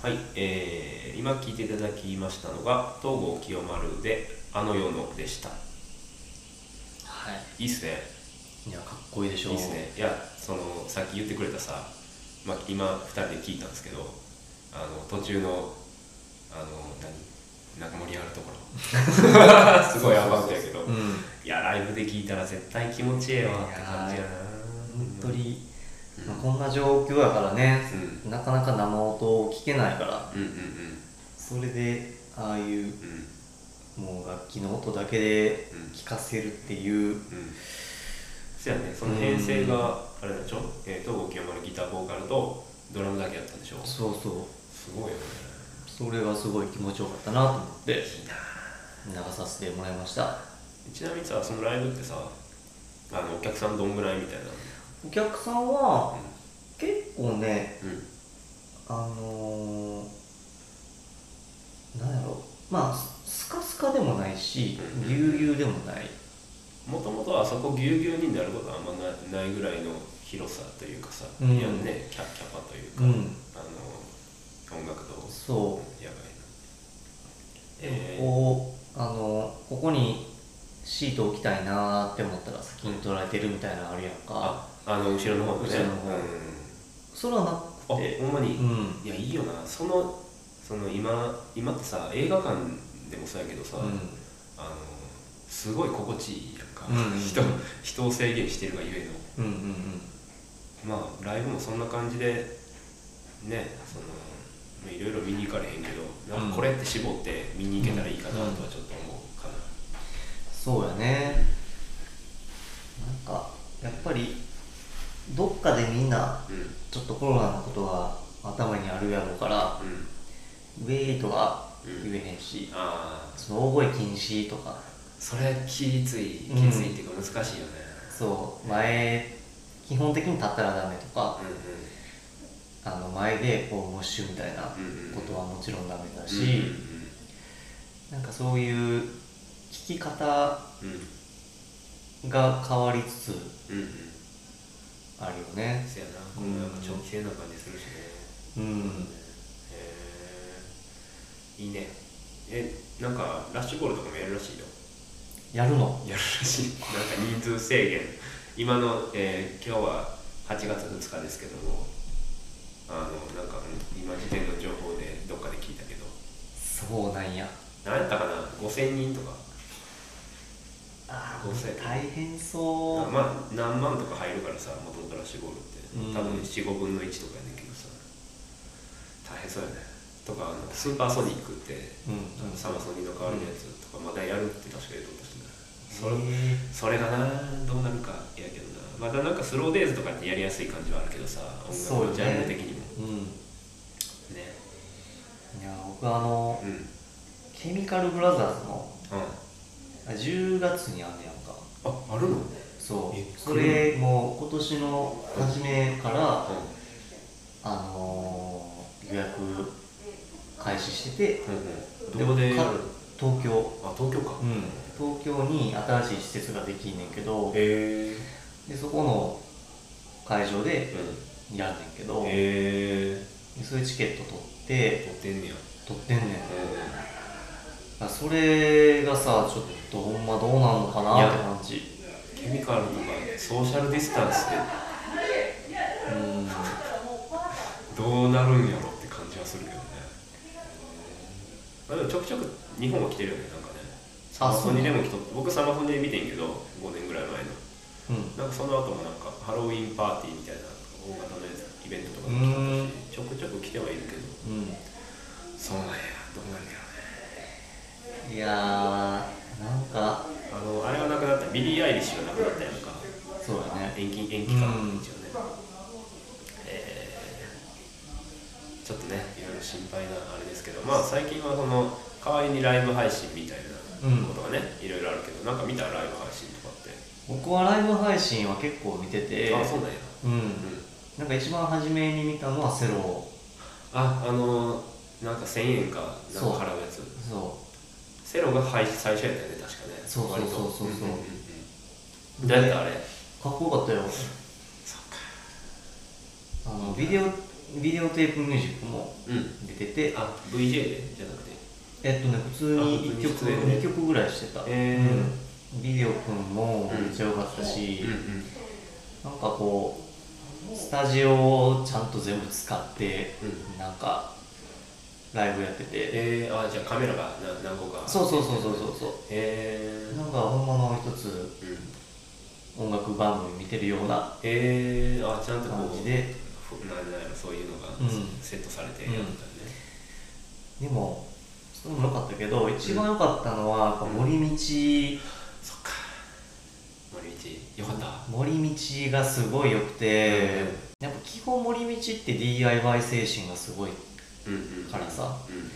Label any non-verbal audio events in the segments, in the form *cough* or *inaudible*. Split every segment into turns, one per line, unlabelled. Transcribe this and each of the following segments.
はい、えー今聞いていただきましたのが東郷清丸で「あの世の」でした
はい
いっすね
いやかっこいいでし
い
ょ
いっすねいやそのさっき言ってくれたさ、まあ、今2人で聞いたんですけどあの途中のあの何なんか盛り上がるところ
*laughs*
すごいアバウトやけど
うん
いやライブで聞いたら絶対気持ちええわって感じやな
本当に、
うん
まあ、こんな状況やからね
うん、
なかなか生音を聞けないから
うんうん
それでああいう
うんうん
もう楽器の音だけで
うん
聞かせるっていう
うんそやねその編成があれなんでしょ、えー、東郷清丸ギターボーカルとドラムだけやったんでしょす
そうそう
ごいよね
それがすごい気持ちよかったなと思って
いいな
流させてもらいました
ちなみにさそのライブってさあのお客さんどんぐらいみたいな
お客さんは結構ね
うん
あのー、なんやろまあススカスカでもないし
うん
ぎゅうぎゅうでもない
もともとあそこぎゅうぎゅうになることはあんまなないぐらいの広さというかさ、
うん
いやねキャキャパというか、
うん
あの音楽堂
そう
やばいなえー、
こうあのここにシート置きたいなーって思ったら先に取られてるみたいなのあるやんか
ああの後ろの方でね
後ろの方それはな
うん、あほんまに、
うん
いやいいよなそのその今今ってさ映画館でもそうやけどさ、
うん
あのすごい心地いいやんか、
うんうん
人人を制限してるがゆえ
うんうん
のまあライブもそんな感じでねそのまあいろいろ見に行かれへんけどなんかこれって絞って見に行けたらいいかなとはちょっと思うかな、
そうやねなんかやっぱりどっかでみんな
うん
ちょっとコロナのことが頭にあるやろうから
うん、
ウェイとは言えへんし、
ああ
その大声禁止とか
それきついきついっていうか難しいよね、
そう前基本的に立ったらダメとか
うん、うん
あの前でこうモッシュみたいな
うん
ことはもちろんダメだし、
う
なんかそういう聞き方
んうんうん
が変わりつつ
うんうん
あるよね
せやなこのなんか長期戦な感じするしね、
うん
へーいいねえなんかラッシュボールとかもやるらしいよ
やるの
やるらしいなんか人数制限今の、えー今日は8月2日ですけどもあのなんか今時点の情報でどっかで聞いたけど
そうなんや
何やったかな5000人とか
あ
どうせ
あ大変そう、
まあ何万とか入るからさもともとラッシュボールっ
うん
て多分45分の1とかやねんけどさ大変そうやねとかあのスーパーソニックって
うん
サマソニの代わりのやつとかまだやるって確か言うとったしなそれ
へ
それがなどうなるかやけどなまだなんかスローデイズとかってやりやすい感じはあるけどさ音楽のジャンル的にも
えうん
ね
いや僕あの、
うんうん
ケミカルブラザーズのあ10月にあんねやんか
ああるの
そ
え
うそれもう今年の初めから、あのー予約開始してて
うん
で
どこでや
か
る
東京
あ東京か
うん東京に新しい施設ができんねんけど
へえ
でそこの会場で
う
やんねんけど
んへえ
でそういうチケット取って
撮ってんねや
取ってんねんあそれがさちょっとほんまどうなのかなって感じ
ケミカルとかソーシャルディスタンスって
うん
どうなるんやろって感じはするけどねまあでもちょくちょく日本は来てるよねなんかねサマソニでも来とって僕サマソニで見てんけど5年ぐらい前の
うん
なんかその後もなんかハロウィンパーティーみたいな大型のやつイベントとかも来
う
と
ん
ったしちょくちょく来てはいるけどそうなんやどうなんや
うんいやーなんか
ろねあのあれがなくなったビリー・アイリッシュがなくなったやんか
そうやね
延期延期か、
うん
一応ね、えーちょっとねいろいろ心配なあれですけどまあ最近はその代わりにライブ配信みたいなことがね、いろいろあるけどなんか見たライブ配信とかって、
僕はライブ配信は結構見てて
あそうなんや、
うん
うん、
なんか一番初めに見たのはセロ
ああのーなんか1000円かなんか
そう
払うやつ
そ
セロが配信最初やったよね確かね
そうそうそうそうそう
割とんんうんどうやったあれ
うかっこよかったよあのビデオビデオテープミュージックも
うん
出ててて
あ VJ でじゃなくて
えっとね普通
あ
に
普通に
1曲
出演ね
2曲ぐらいしてた、
へー
うんビデオくんもめっちゃ良かったし、
うん
なんかこうスタジオをちゃんと全部使って、なんかライブやってて、
えー、あじゃあカメラが何何個か
そうそうそうそう
う
そうそ
え
うなんかほんまの一つ
ーうん、
音楽番組見てるような
えー、あちゃんとこ
感
う
じで
ふなんなんやろそういうのが
うん
セットされてやったよね、
でもそれも良かったけど一番良かったのはやっぱ森道、
そっか森道よかった、
森道がすごい良くて、やっぱ基本森道って DIY 精神がすごい
うんうん
からさ
うんうん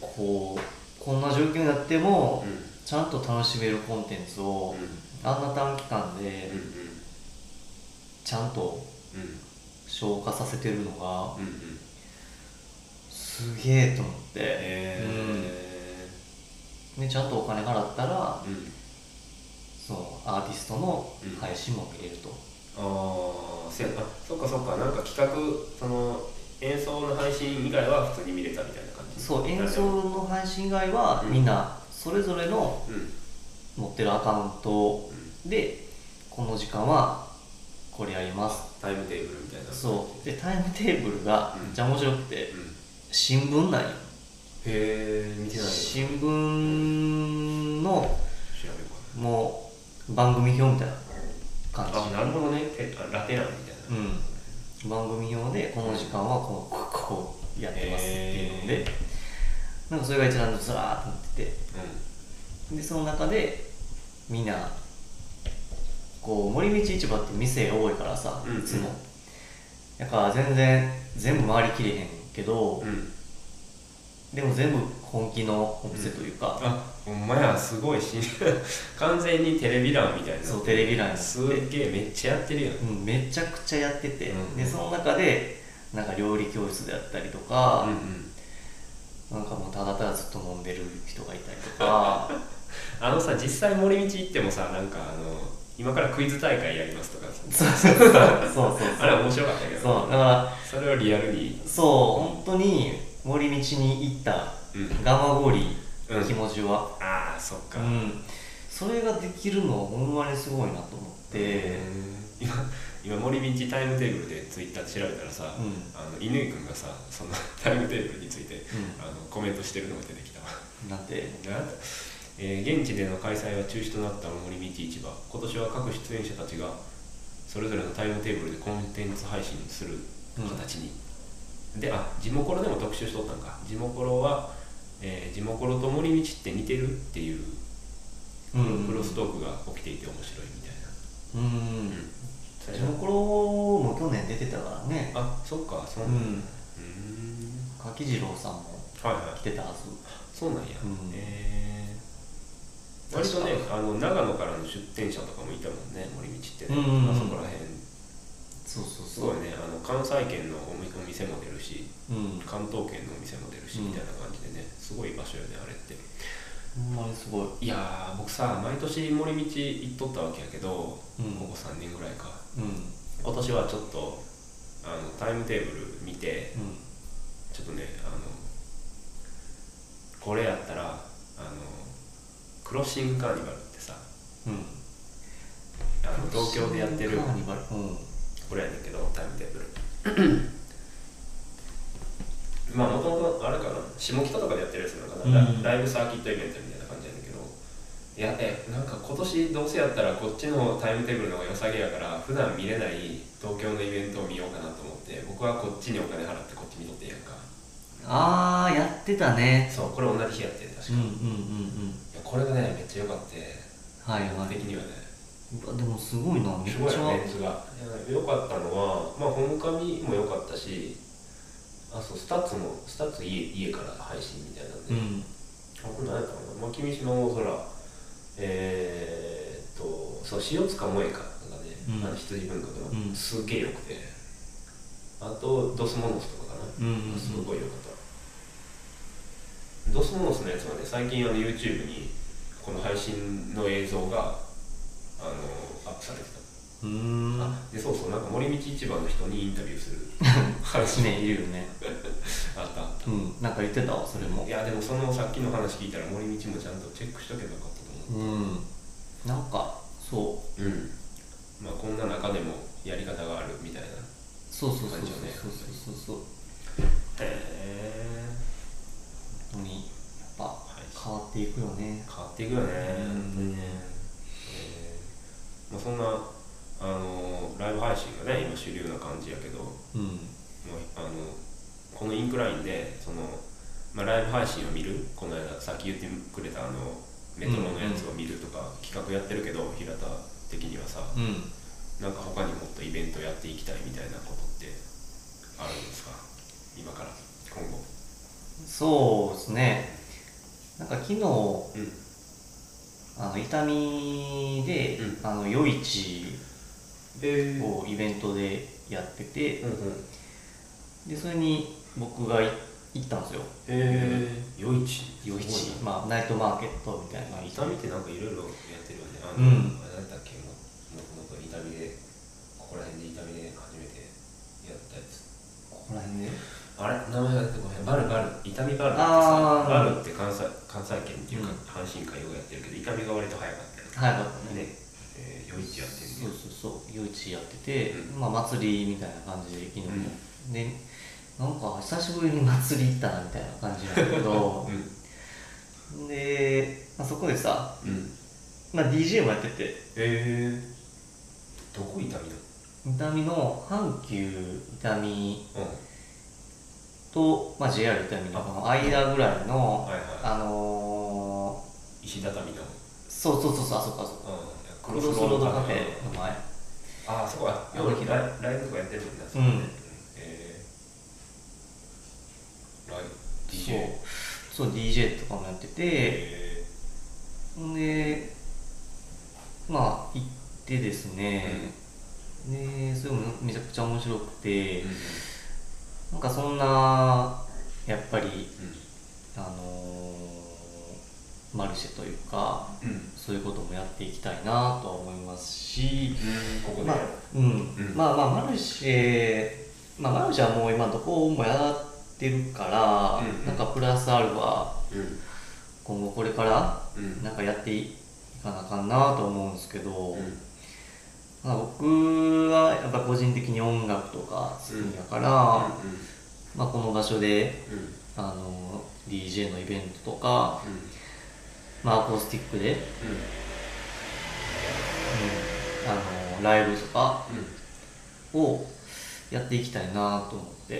こうこんな状況になっても、
うん
ちゃんと楽しめるコンテンツを、
うん
あんな短期間で
うんうん
ちゃんと消化させてるのが
うんうん
すげえと思って、
え
ね、ちゃんとお金払ったら
ーうん
そのアーティストの配信も見れると、
ああせやなそっかそっかなんか企画その演奏の配信以外は普通に見れたみたいな感じ
そう演奏
うん
の配信以外は
うん
みんなそれぞれの
うん
持ってるアカウントでこの時間はこれやります
タイムテーブルみたいな
そうでタイムテーブルが
うん
めっちゃ面白くて
うん、へ
新聞なんよ
え見てないよ
新聞の
調べよう
もう番組表みたいな感
か
じ
なあなるほどねえあラテ欄みたいな
うん、番組表でこの時間はこうここうやってますっていうので、
へ
なんかそれが一覧でずらーっとなってて
う
でその中でみんなこう森道市場って店多いからさ
うん
いつも、だから全然全部回りきれへんけ
ん、
ど、
うん、
でも全部本気のお店というか、
あほんまやすごいし *laughs* 完全にテレビ欄みたいな
そうテレビ欄やって
すっげえめっちゃやってるやん
うん、めちゃくちゃやってて、
うん
でその中でなんか料理教室であったりとか、
うんうん
なんかもうただただずっと飲んでる人がいたりと
*laughs*
か
あのさ実際森道行ってもさなんかあの今からクイズ大会やりますとかさ
そうそうそうそうそう
あれ面白かったけど
そうだから
それをリアルに
そう本当に森道に行った
うん
我慢ごり
うん
気持ちは、
ああそっ
う
か、
んそれができるのはほんまにすごいなと思って、
今今森道タイムテーブルでツイッター調べたらさ、
うん
あの乾君がさその *laughs* タイムテーブルについて、
ん
あのコメントしてるのが出てきたわ *laughs*
なんて
なんだえー現地での開催は中止となった森道市場今年は各出演者たちがそれぞれのタイムテーブルでコンテンツ配信する形に、であ地元ロでも特集しとったんか地元ロは、えー地元ロと森道って似てるっていう
うん
クロストークが起きていて面白いみたいな、
うん、
最
そ
初
の頃も去年出てたからね
あそっかそううなんだ
ん
うーん
柿次郎さんも
はいは
来てたはず
いそうなんや、
うん
えー割とね
確
あの長野からの出店者とかもいたもんね森道ってね、
うんうんうん
あそこら辺
そうそう
す
そ
ご
う
いねあの関西圏のおみお店も出るし
うん
関東圏のお店も出るし
うん
みたいな感じでねすごい場所よねあれって
ほんまにすご
い
い
やー僕さ毎年森道行っとったわけやけど、
うん
ここ3年ぐらいか
うん
今年はちょっとあのタイムテーブル見て、
うん
ちょっとねあのこれやったらあのクロッシングカーニバルってさ
うん
あの東京でやってる
カーニバルうん
これやねんけどタイムテーブル
*clears throat*
まあもともとあれかな下北とかでやってるやつなんかな、
うん
ライブサーキットイベントみたいな感じやねんけどいやえなんか今年どうせやったらこっちのタイムテーブルの方が良さげやから普段見れない東京のイベントを見ようかなと思って僕はこっちにお金払ってこっち見とってんやんか
ああやってたね
そうこれ同じ日やってん確か
うんうんうんうん
いやこれがねめっちゃ良かった
はいは
的
い
にはね
うわでもすごいなめっ
す
ち
ごいよ
ゃ
メンツがいや良かったのはまあ本紙も良かったしあそうスタッツもスタッツ家家から配信みたいなんで、
う
あ
ん
これ何やったかな「まあ、君島大空」えー、っとそう塩塚萌香がね、
うん
あの羊文学の、
うん
すげえ良くてあとドスモノスとかかな、
うんうんうん
すごい良かったドスモノスのやつはね最近あの YouTube にこの配信の映像があのアップされてた
うーん
あでそうそうなんか森道市場の人にインタビューする
8年いるよね
った
うん、なんか言ってたわそれも
いやでもそのさっきの話聞いたら森道もちゃんとチェックしとけばよかったと思
うんなんかそう
ううんまあこんな中でもやり方があるみたいな
そうそうそうそう
感じよね
そうそうそう
へ
本当にやっぱ
い
変わっていくよね
え変わっていくよね
うん
本当にねえーまあ、そんなあのライブ配信がね今主流な感じやけどもう
うん
あのこのインクラインでその、まあ、ライブ配信を見るこの間さっき言ってくれたあのメトロのやつを見るとか企画やってるけど、平田的にはさ、
うん
なんか他にもっとイベントやっていきたいみたいなことってあるんですか今から今後
そうですねなんか昨
う
日
ん
あの伊丹で、
う
あの夜市
え
をイベントでやってて
う、んうん
でそれに僕がい行ったんですよ
ええ夜市
夜市
す、ごいな
まあ、ナイトマーケットみたいなのに行っ
痛みって
て
なんかいろいろやってるよねあの、
うん
あれなんだっけももともと痛みでここら辺で痛みで初めてやったやつ
ここら辺で
あれ名前が出てこへんバルバル痛みバルってさバルっ
あー
て関西関西圏っていうか
う
阪
ん
神かよくやってるけど痛みが割と早かったよね
早かったね
ね、えー、夜市やってるね
そうそうそう夜市やってて、
う
まあ、祭りみたいな感じで昨日も、でなんか久しぶりに祭り行ったなみたいな感じなんだけどで、まあ、そこでさ、
うんうん
まあ、DJ もやってて
えー、どこ痛みだ
伊丹の阪急伊丹
うん
と、まあ、JR 伊丹のこの間ぐらいの
はいは
あのー、
い石畳のうん
そうそうそうそうあそこあそこクロスロードカフェの前
ああそこは夜のライライブとかやってるもんなそこ
う
ね
ん
えー、ライブ
そ
DJ
うそう DJ とかもやってて
え
んでまあ行ってですね、でそれもめちゃくちゃ面白く
ー
て、
うん
なんかそんなやっぱり
う
あのーマルシェというか
んうん
そういうこともやっていきたいなとは思いますし、
ここで
まあ
やる
うん
ん
まあまあマルシェ、まあ、マルシェはもう今どこもやってるから、
うんうん
なんかプラスアルファ
うん
今後これから
うん
なんかやっていかなあかんなと思うんですけど、
うん
まあ、僕はやっぱ個人的に音楽とか好きやから、
う
まあ、この場所で
んうん
あの DJ のイベントとか、
うん
まあ、アコースティックで、うんあのライブとか
うん
をやっていきたいなと思って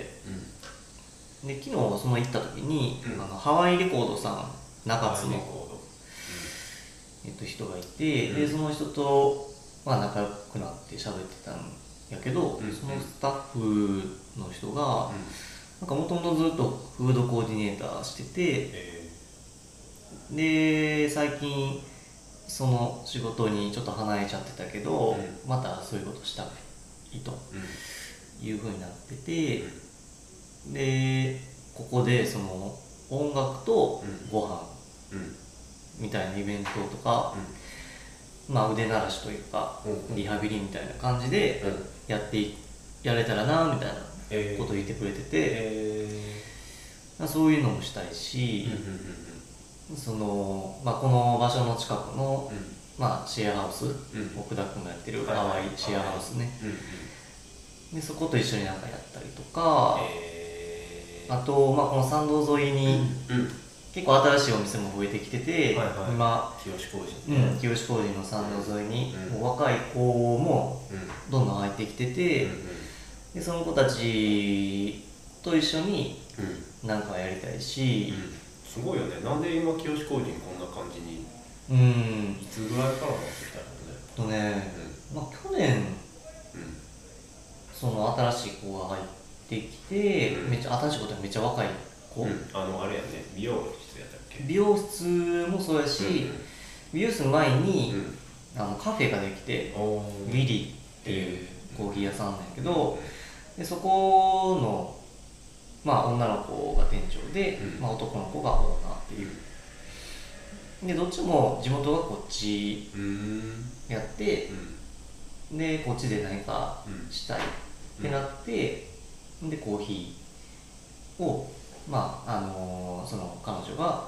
で昨日その行った時に、
うん
あのハワイレコードさん中津
うん
の、えっと、人がいて、で
うん
その人と、まあ、仲良くなって喋ってたんやけど、
うん
そのスタッフの人が、なんかもともとずっとフードコーディネーターしてて
え
で最近その仕事にちょっと離れちゃってたけど、
う
またそういうことしたいと
ーうん
いうふうになっててでここでその音楽と
うん
ご飯
うん
みたいなイベントとか、まあ、腕鳴らしというか
うん
リハビリみたいな感じで
うん
やっていやれたらなみたいな
え
ことを言ってくれてて、
え
まあそういうのもしたいし。
うんうんうん
その、まあ、この場所の近くの、
うん
まあ、シェアハウス、
ん
奥田君がやってる
はい
ハワイシェアハウスね、
うんうん
でそこと一緒になんかやったりとか、
えー
あと、まあ、この参道沿いに、
うん
結構新しいお店も増えてきてて、
はいはい
今、
清志工事
うん、清志工事の参道沿いに、
うん
もう若い子も
うん
どんどん入ってきてて、でその子たちと一緒に
うんうん
なんかやりたい
うん
し、
すごいよねなんで今清志工事にこんな感じに
うん、
いつぐらいからなってきたのね
とね、まあ、去年
うんうん
その新しい子が入ってきて、
うん
めっちゃ新しい子ってめっちゃ若い子、
うんあのあれやね美容室やったっけ
美容室もそうやし、美容室の前に、あのカフェができて、
お
ウィリーっていう
え
コーヒー屋さんなんやけどでそこの、まあ、女の子が店長で、
うん
まあ、男の子がオーナーっていうでどっちも地元がこっち
うんうん
やってでこっちで何かしたいってなって、でコーヒーを、まああのその彼女が、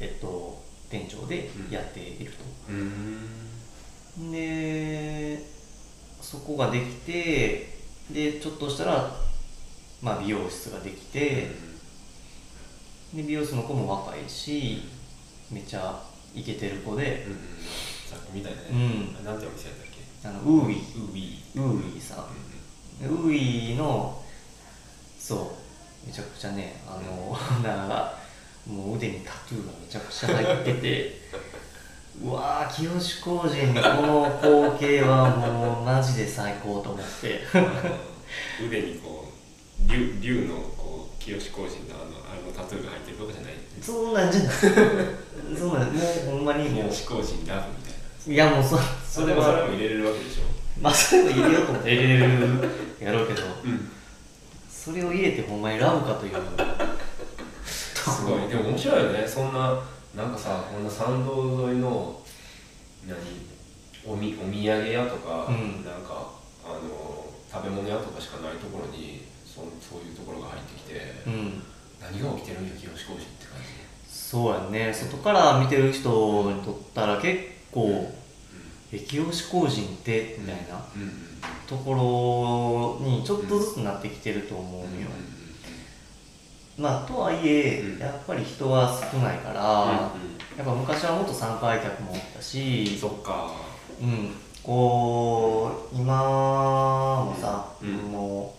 えっと、店長でやっていると、
うんうん
でそこができてでちょっとしたら、まあ、美容室ができてで美容室の子も若いしめちゃイケてる子で
うんさっきみたいね、
うん
なんてお店やったっけ
あのウーイ
ウィ
ウーイさんでウーイのそうめちゃくちゃねあの *laughs* 女がもう腕にタトゥーがめちゃくちゃ入ってて *laughs* うわー清志工人のこの光景はもうマジで最高と思って *laughs*
うん腕にこう竜竜のこう清志工人のあのあのタトゥーが入ってるとかじゃない
そんなんじゃない *laughs* そんなんもうほんまにも
清志工人ラブみたいな
ういやもうそ
それもそれも入れれるわけでしょ
まあそれも入れようと思って入れるやろうけど
うん
それを入れてほんまにラブか *laughs* という
すごいでも面白いよねそんななんかさこんな参道沿いの何おみお土産屋とか、
うん
なんかあの食べ物屋とかしかないところにそそういうところが入ってきて、
うん
何が起きてるんや清志工人って感じ
そうやね外から見てる人にとったら結構歴容士工人ってみたいな
うんうんうん
ところにちょっとずつなってきてると思う
うんうんん
よ、まあとはいえ、
うん
やっぱり人は少ないから、
う
やっぱ昔はもっと参拝客もおった
ん
し
そっか
うん、こう今もさ、
うん
も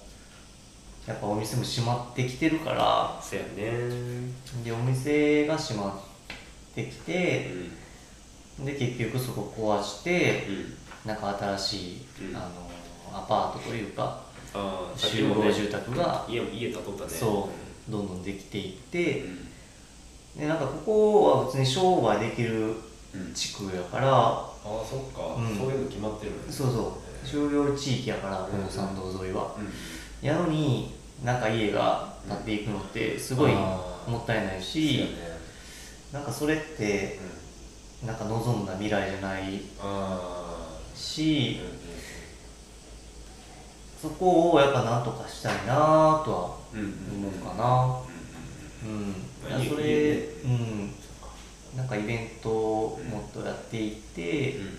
うやっぱお店も閉まってきてるから
せやね
でお店が閉まってき
うん
てで結局そこ壊して
うん
なんか新しい、
うん
あのアパートというか
ああ
集合住宅が
家も家建っとったね
そうどんどんできていっ
う
て
ん
でなんかここは別に商売できる
うん
地区やから
ああそっか、
うん
そういうの決まってるのね
そうそう商業地域やからこの参道沿いは。
うん
やのになんか家が建っていくのってすごい
あー
もったいない
そう
し、
やね
なんかそれって
うん
なんか望んだ未来じゃない
あ
し
ー、
そこをやっぱなんとかしたいなとは
うんうん
思うか
うん
な
うん
うん、
まあ
だから
いい
そ
いい
れ
ね
うん
そっか
なんかイベントをもっとやっていっ
う
て
ん、うん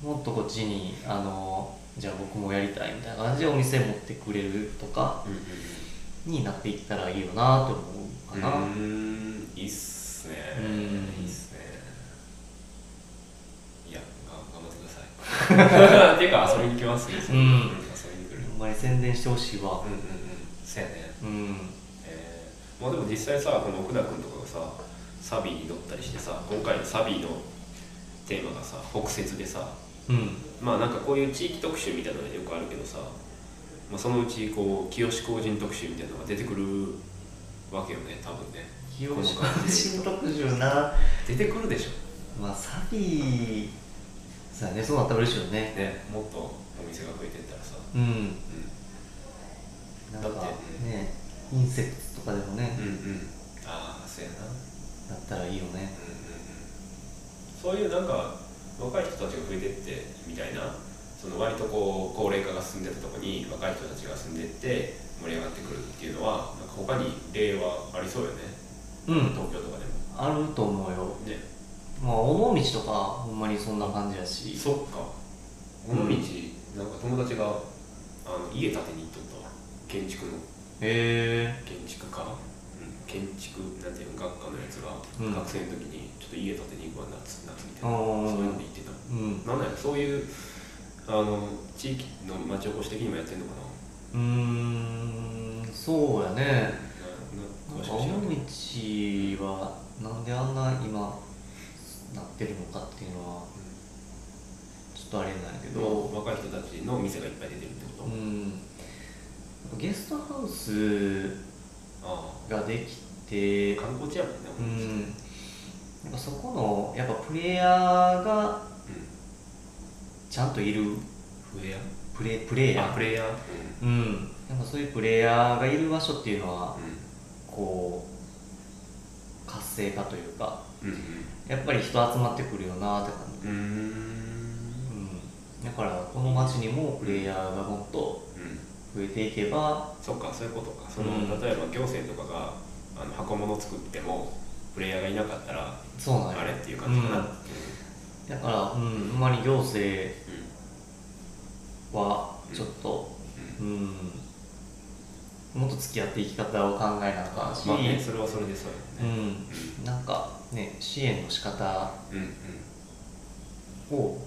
もっとこっちにあのじゃあ僕もやりたいみたいな感じでお店持ってくれるとか
うんうん
になっていったらいいよなと思うか
う
な、
ーんいいっすね
うん
いいっすねいやが頑 *laughs* 張ってくださいっていうか遊びに来ますよ遊
うん
びに来る
ほんまに宣伝してほしいわ
うんうんうんそうやね
うん
えーまあでも実際さこの奥田君とかがさサビに乗ったりしてさ今回のサビのテーマがさ北節でさ
うん
まあなんかこういう地域特集みたいなのよくあるけどさ、まあ、そのうちこう清志工人特集みたいなのが出てくるわけよね多分ね
清
この
志
感じで
60な
出てくるでし
まあサビそうだねそうなったら嬉しいよ
ょ
ね
ねもっとお店が増えてったらさ
うん
う
なんか
だって
ねインセクトとかでもね、
んうんうんああそうやな
だったらいいよね
そういうなんか若い人たちが増えてってみたいなその割とこう高齢化が進んでたとこに若い人たちが住んでって盛り上がってくるっていうのはなんか他に例はありそうよね
うん
東京とかでも
あると思うよ
ね
まあ尾道とかほんまにそんな感じやし
そっか尾道、なんか友達があの家建てに行っとったわ建築の
へえ
建築家、うん、建築なんていうの学科のやつが、
うん
学生の時にちょっと家建てに行くわ夏夏みたいな
おー
そういうので行ってた
うん
なんだよそういうあの地域の町おこし的にもやってんのか
うーんそうやね
なな
なん
な詳
か
しく知らんけど
尾道はなんであんな今なってるのかっていうのはちょっとあれなんやけど、
うん若い人たちの店がいっぱい出てるってこと、
うん、ゲストハウス
あ
ができ
あ
て、
観光地やもんね、
う
うん
ん、なんかそこのやっぱプレイヤーがちゃんといる
プレイヤ
プレプレイヤ
ーあ
ー
プレイヤー
うん、やっぱそういうプレイヤーがいる場所っていうのはこう活性化というか
うんうん
やっぱり人集まってくるよなって感じ、
うんうんうん
うん、だからこの街にもプレイヤーがもっと
うん
増えていけば
そっかそういうことかその、
うん
例えば行政とかがあの箱物作ってもプレイヤーがいなかったら
そうなんや
あれっていう感じかな、
うんだから、うん、ほんまに行政はちょっと、うんもっと付き合っていき方を考えなあかんし、
まあねそれはそれでそう
う
やね、
ん、なんかね支援の仕方
うん、うん
を、
うんうん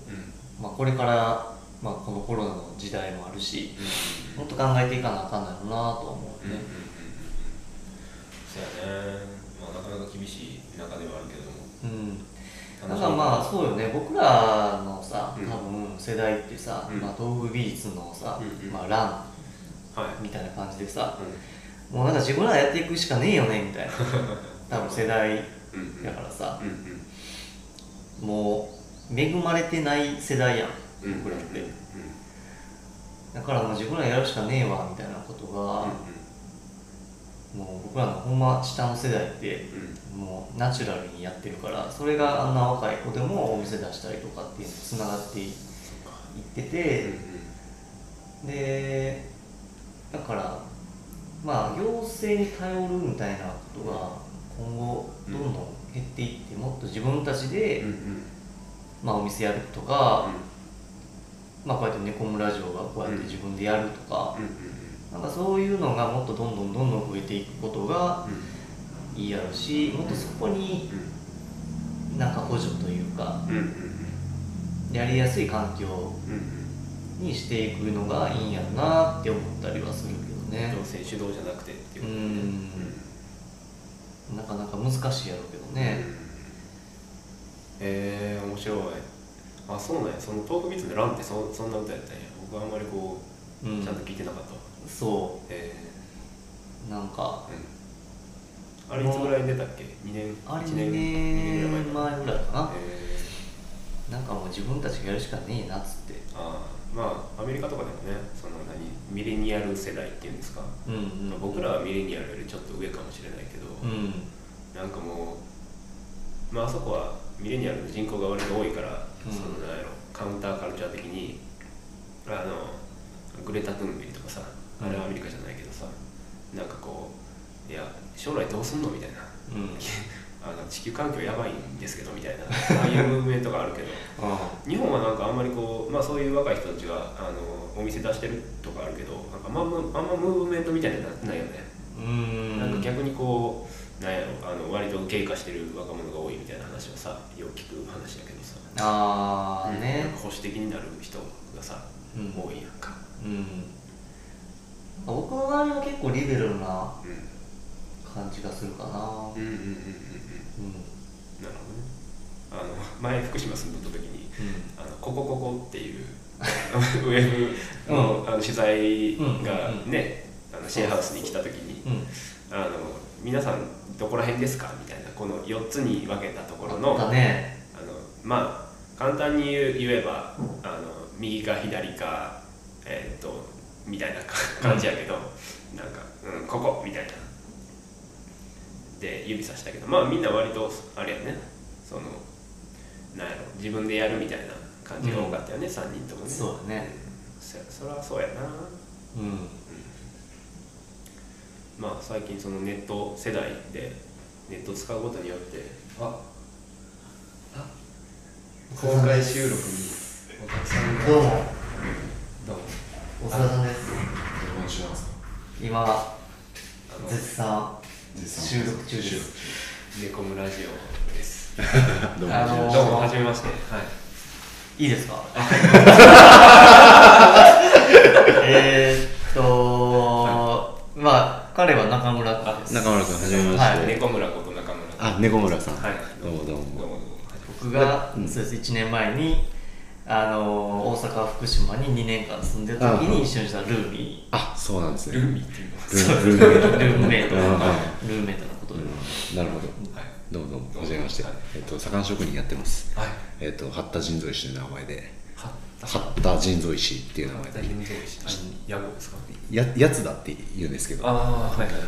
まあ、これから、まあ、このコロナの時代もあるしもっと考えていかなあかんないろなと思う
うんうんうんうん
ね、
そうやねまあなかなか厳しい中ではあるけども
うん
楽しみ
だからまあそうよね僕らのさ
うん
多分世代ってさ、
うん
まあ、東部美術のさ、
うんうん
まあ、ラ
はい、
ンみたいな感じでさ
う
もうなんか自分らやっていくしかねえよねみたい
*laughs*
な多分世代
んうんうん
だからさ
うんうん
もう恵まれてない世代やん
うん
僕らって
うんうん
だからもう自分らやるしかねえわみたいなこと
う
が、
ん
もう僕らのほんま下の世代って
うんうん
もうナチュラルにやってるからそれがあんな若い子でもお店出したりとかっていうのにつながっていい
そっか
って
うん
て
うん、
でだからまあ行政に頼るみたいなことが今後どんどん減っていってもっと自分たちで、
うんうん
まあ、お店やると
う
か、
ん
まあ、こうやって猫村城がこうやって自分でやるとか
う、んうん
なんかそういうのがもっとどんどんどんどん増えていくことがいいやろうしもっとそこになんか補助というか
うんうんうんうんうん
やりやすい環境にしていくのがいいんやろなって思ったりはするけど
うん
ね
行政主導じゃなくてっていううこと
んなかなか難しいやろうけどね
えー、面白いあそうなんやそのトークビーツのランってそそんな歌やったんや僕はあんまりこ
う
うんちゃんと聞いてなかったわ
そ
え
うなんか
ーうんあれいつぐらいに出たっけ2年
あれ
一
2
二
年前
ぐ
ぐ
らい
らいかな
前、えー
なんかもう自分たちがやるしかねえなっつって
あーまあアメリカとかでもねその何ミレニアル世代っていうんですか、
うんうん
まあ僕らはミレニアルよりちょっと上かもしれないけど、
うん
なんかもう、まああそこはミレニアルの人口が割と多いから、
うん
そのなんやろカウンターカルチャー的にあのグレタ・トゥーンベリとかさあれはアメリカじゃないけどさ、なんかこういや将来どうすんのみたいな
うん
*laughs* あの地球環境やばいんですけどみたいなああいうムーブメントがあるけど *laughs* 日本はなんかあんまりこう、まあ、そういう若い人たちがあのお店出してるとかあるけどなんかあんまあんまムーブメントみたいになってないよね。
うん
なんか逆にこうなんやろあの割と経過してる若者が多いみたいな話はさよく聞く話だけどさ、
ああね
なんか保守的になる人がさ、
うん
多いやんか、
うん僕の周りは結構リベラルな
うん、
感じがするか
う
な
んうんうんうんうん
う
なるほどねあの前福島住んでた時に
んうん
「あのここここ」っていう *laughs* ウェブの,、あの取材が
うんうんうん
ね、あのシェアハウスに来た時に
うん
あの皆さんどこら辺ですか?」みたいなこの4つに分けたところ
あ
の
ったね
あのまあ簡単に言う言えばあの右か左かえーっとみたいなか感じやけど、なんか、うん、ここみたいなで指さしたけどまあみんな割とあれやねそのなんやろ自分でやるみたいな感じが多かったよね、三3人ともね
そうだね
そそれはそうやな
うん
まあ最近そのネット世代でネット使うことによってあ公開収録にお客さんが
どうも
どうも
お疲れ様です
どうもします
今
あの
絶賛
絶賛
収録中で
収
す
猫ムラジオですど
かどうも
あ
う
の
もはじめましてはい
いいですかえーっとまあ彼は中村君です
中村君はじめまして、
はい
猫村こと中村
あ猫村さん、
はい
どうもどう
どう
も
もはじ
僕が、
うん
そうです1年前にあの大阪福島に2年間住んでた時に一緒にしたルーミ
あそうなんです
め
ね
ルーミーっていうのは
ル
ー
ール
ル
ー
ームメイトル
うん
ームメイトのことで、
なるほど
はい
どうもどうもはじめまして
はい
えっと左官職人やってます
はい
えっと八田腎臓石という名前で
はったはっ
八田腎臓石っていう名前
た
で
人造石あの野望ですか
ややつだって言うんですけど
ああはいはいはい